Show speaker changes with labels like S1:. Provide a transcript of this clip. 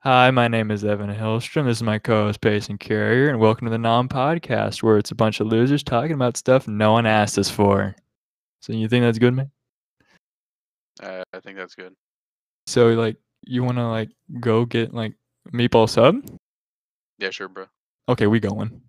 S1: Hi, my name is Evan Hillstrom. This is my co-host Payson Carrier, and welcome to the Non Podcast, where it's a bunch of losers talking about stuff no one asked us for. So you think that's good, man?
S2: Uh, I think that's good.
S1: So like, you want to like go get like meatball sub?
S2: Yeah, sure, bro.
S1: Okay, we going.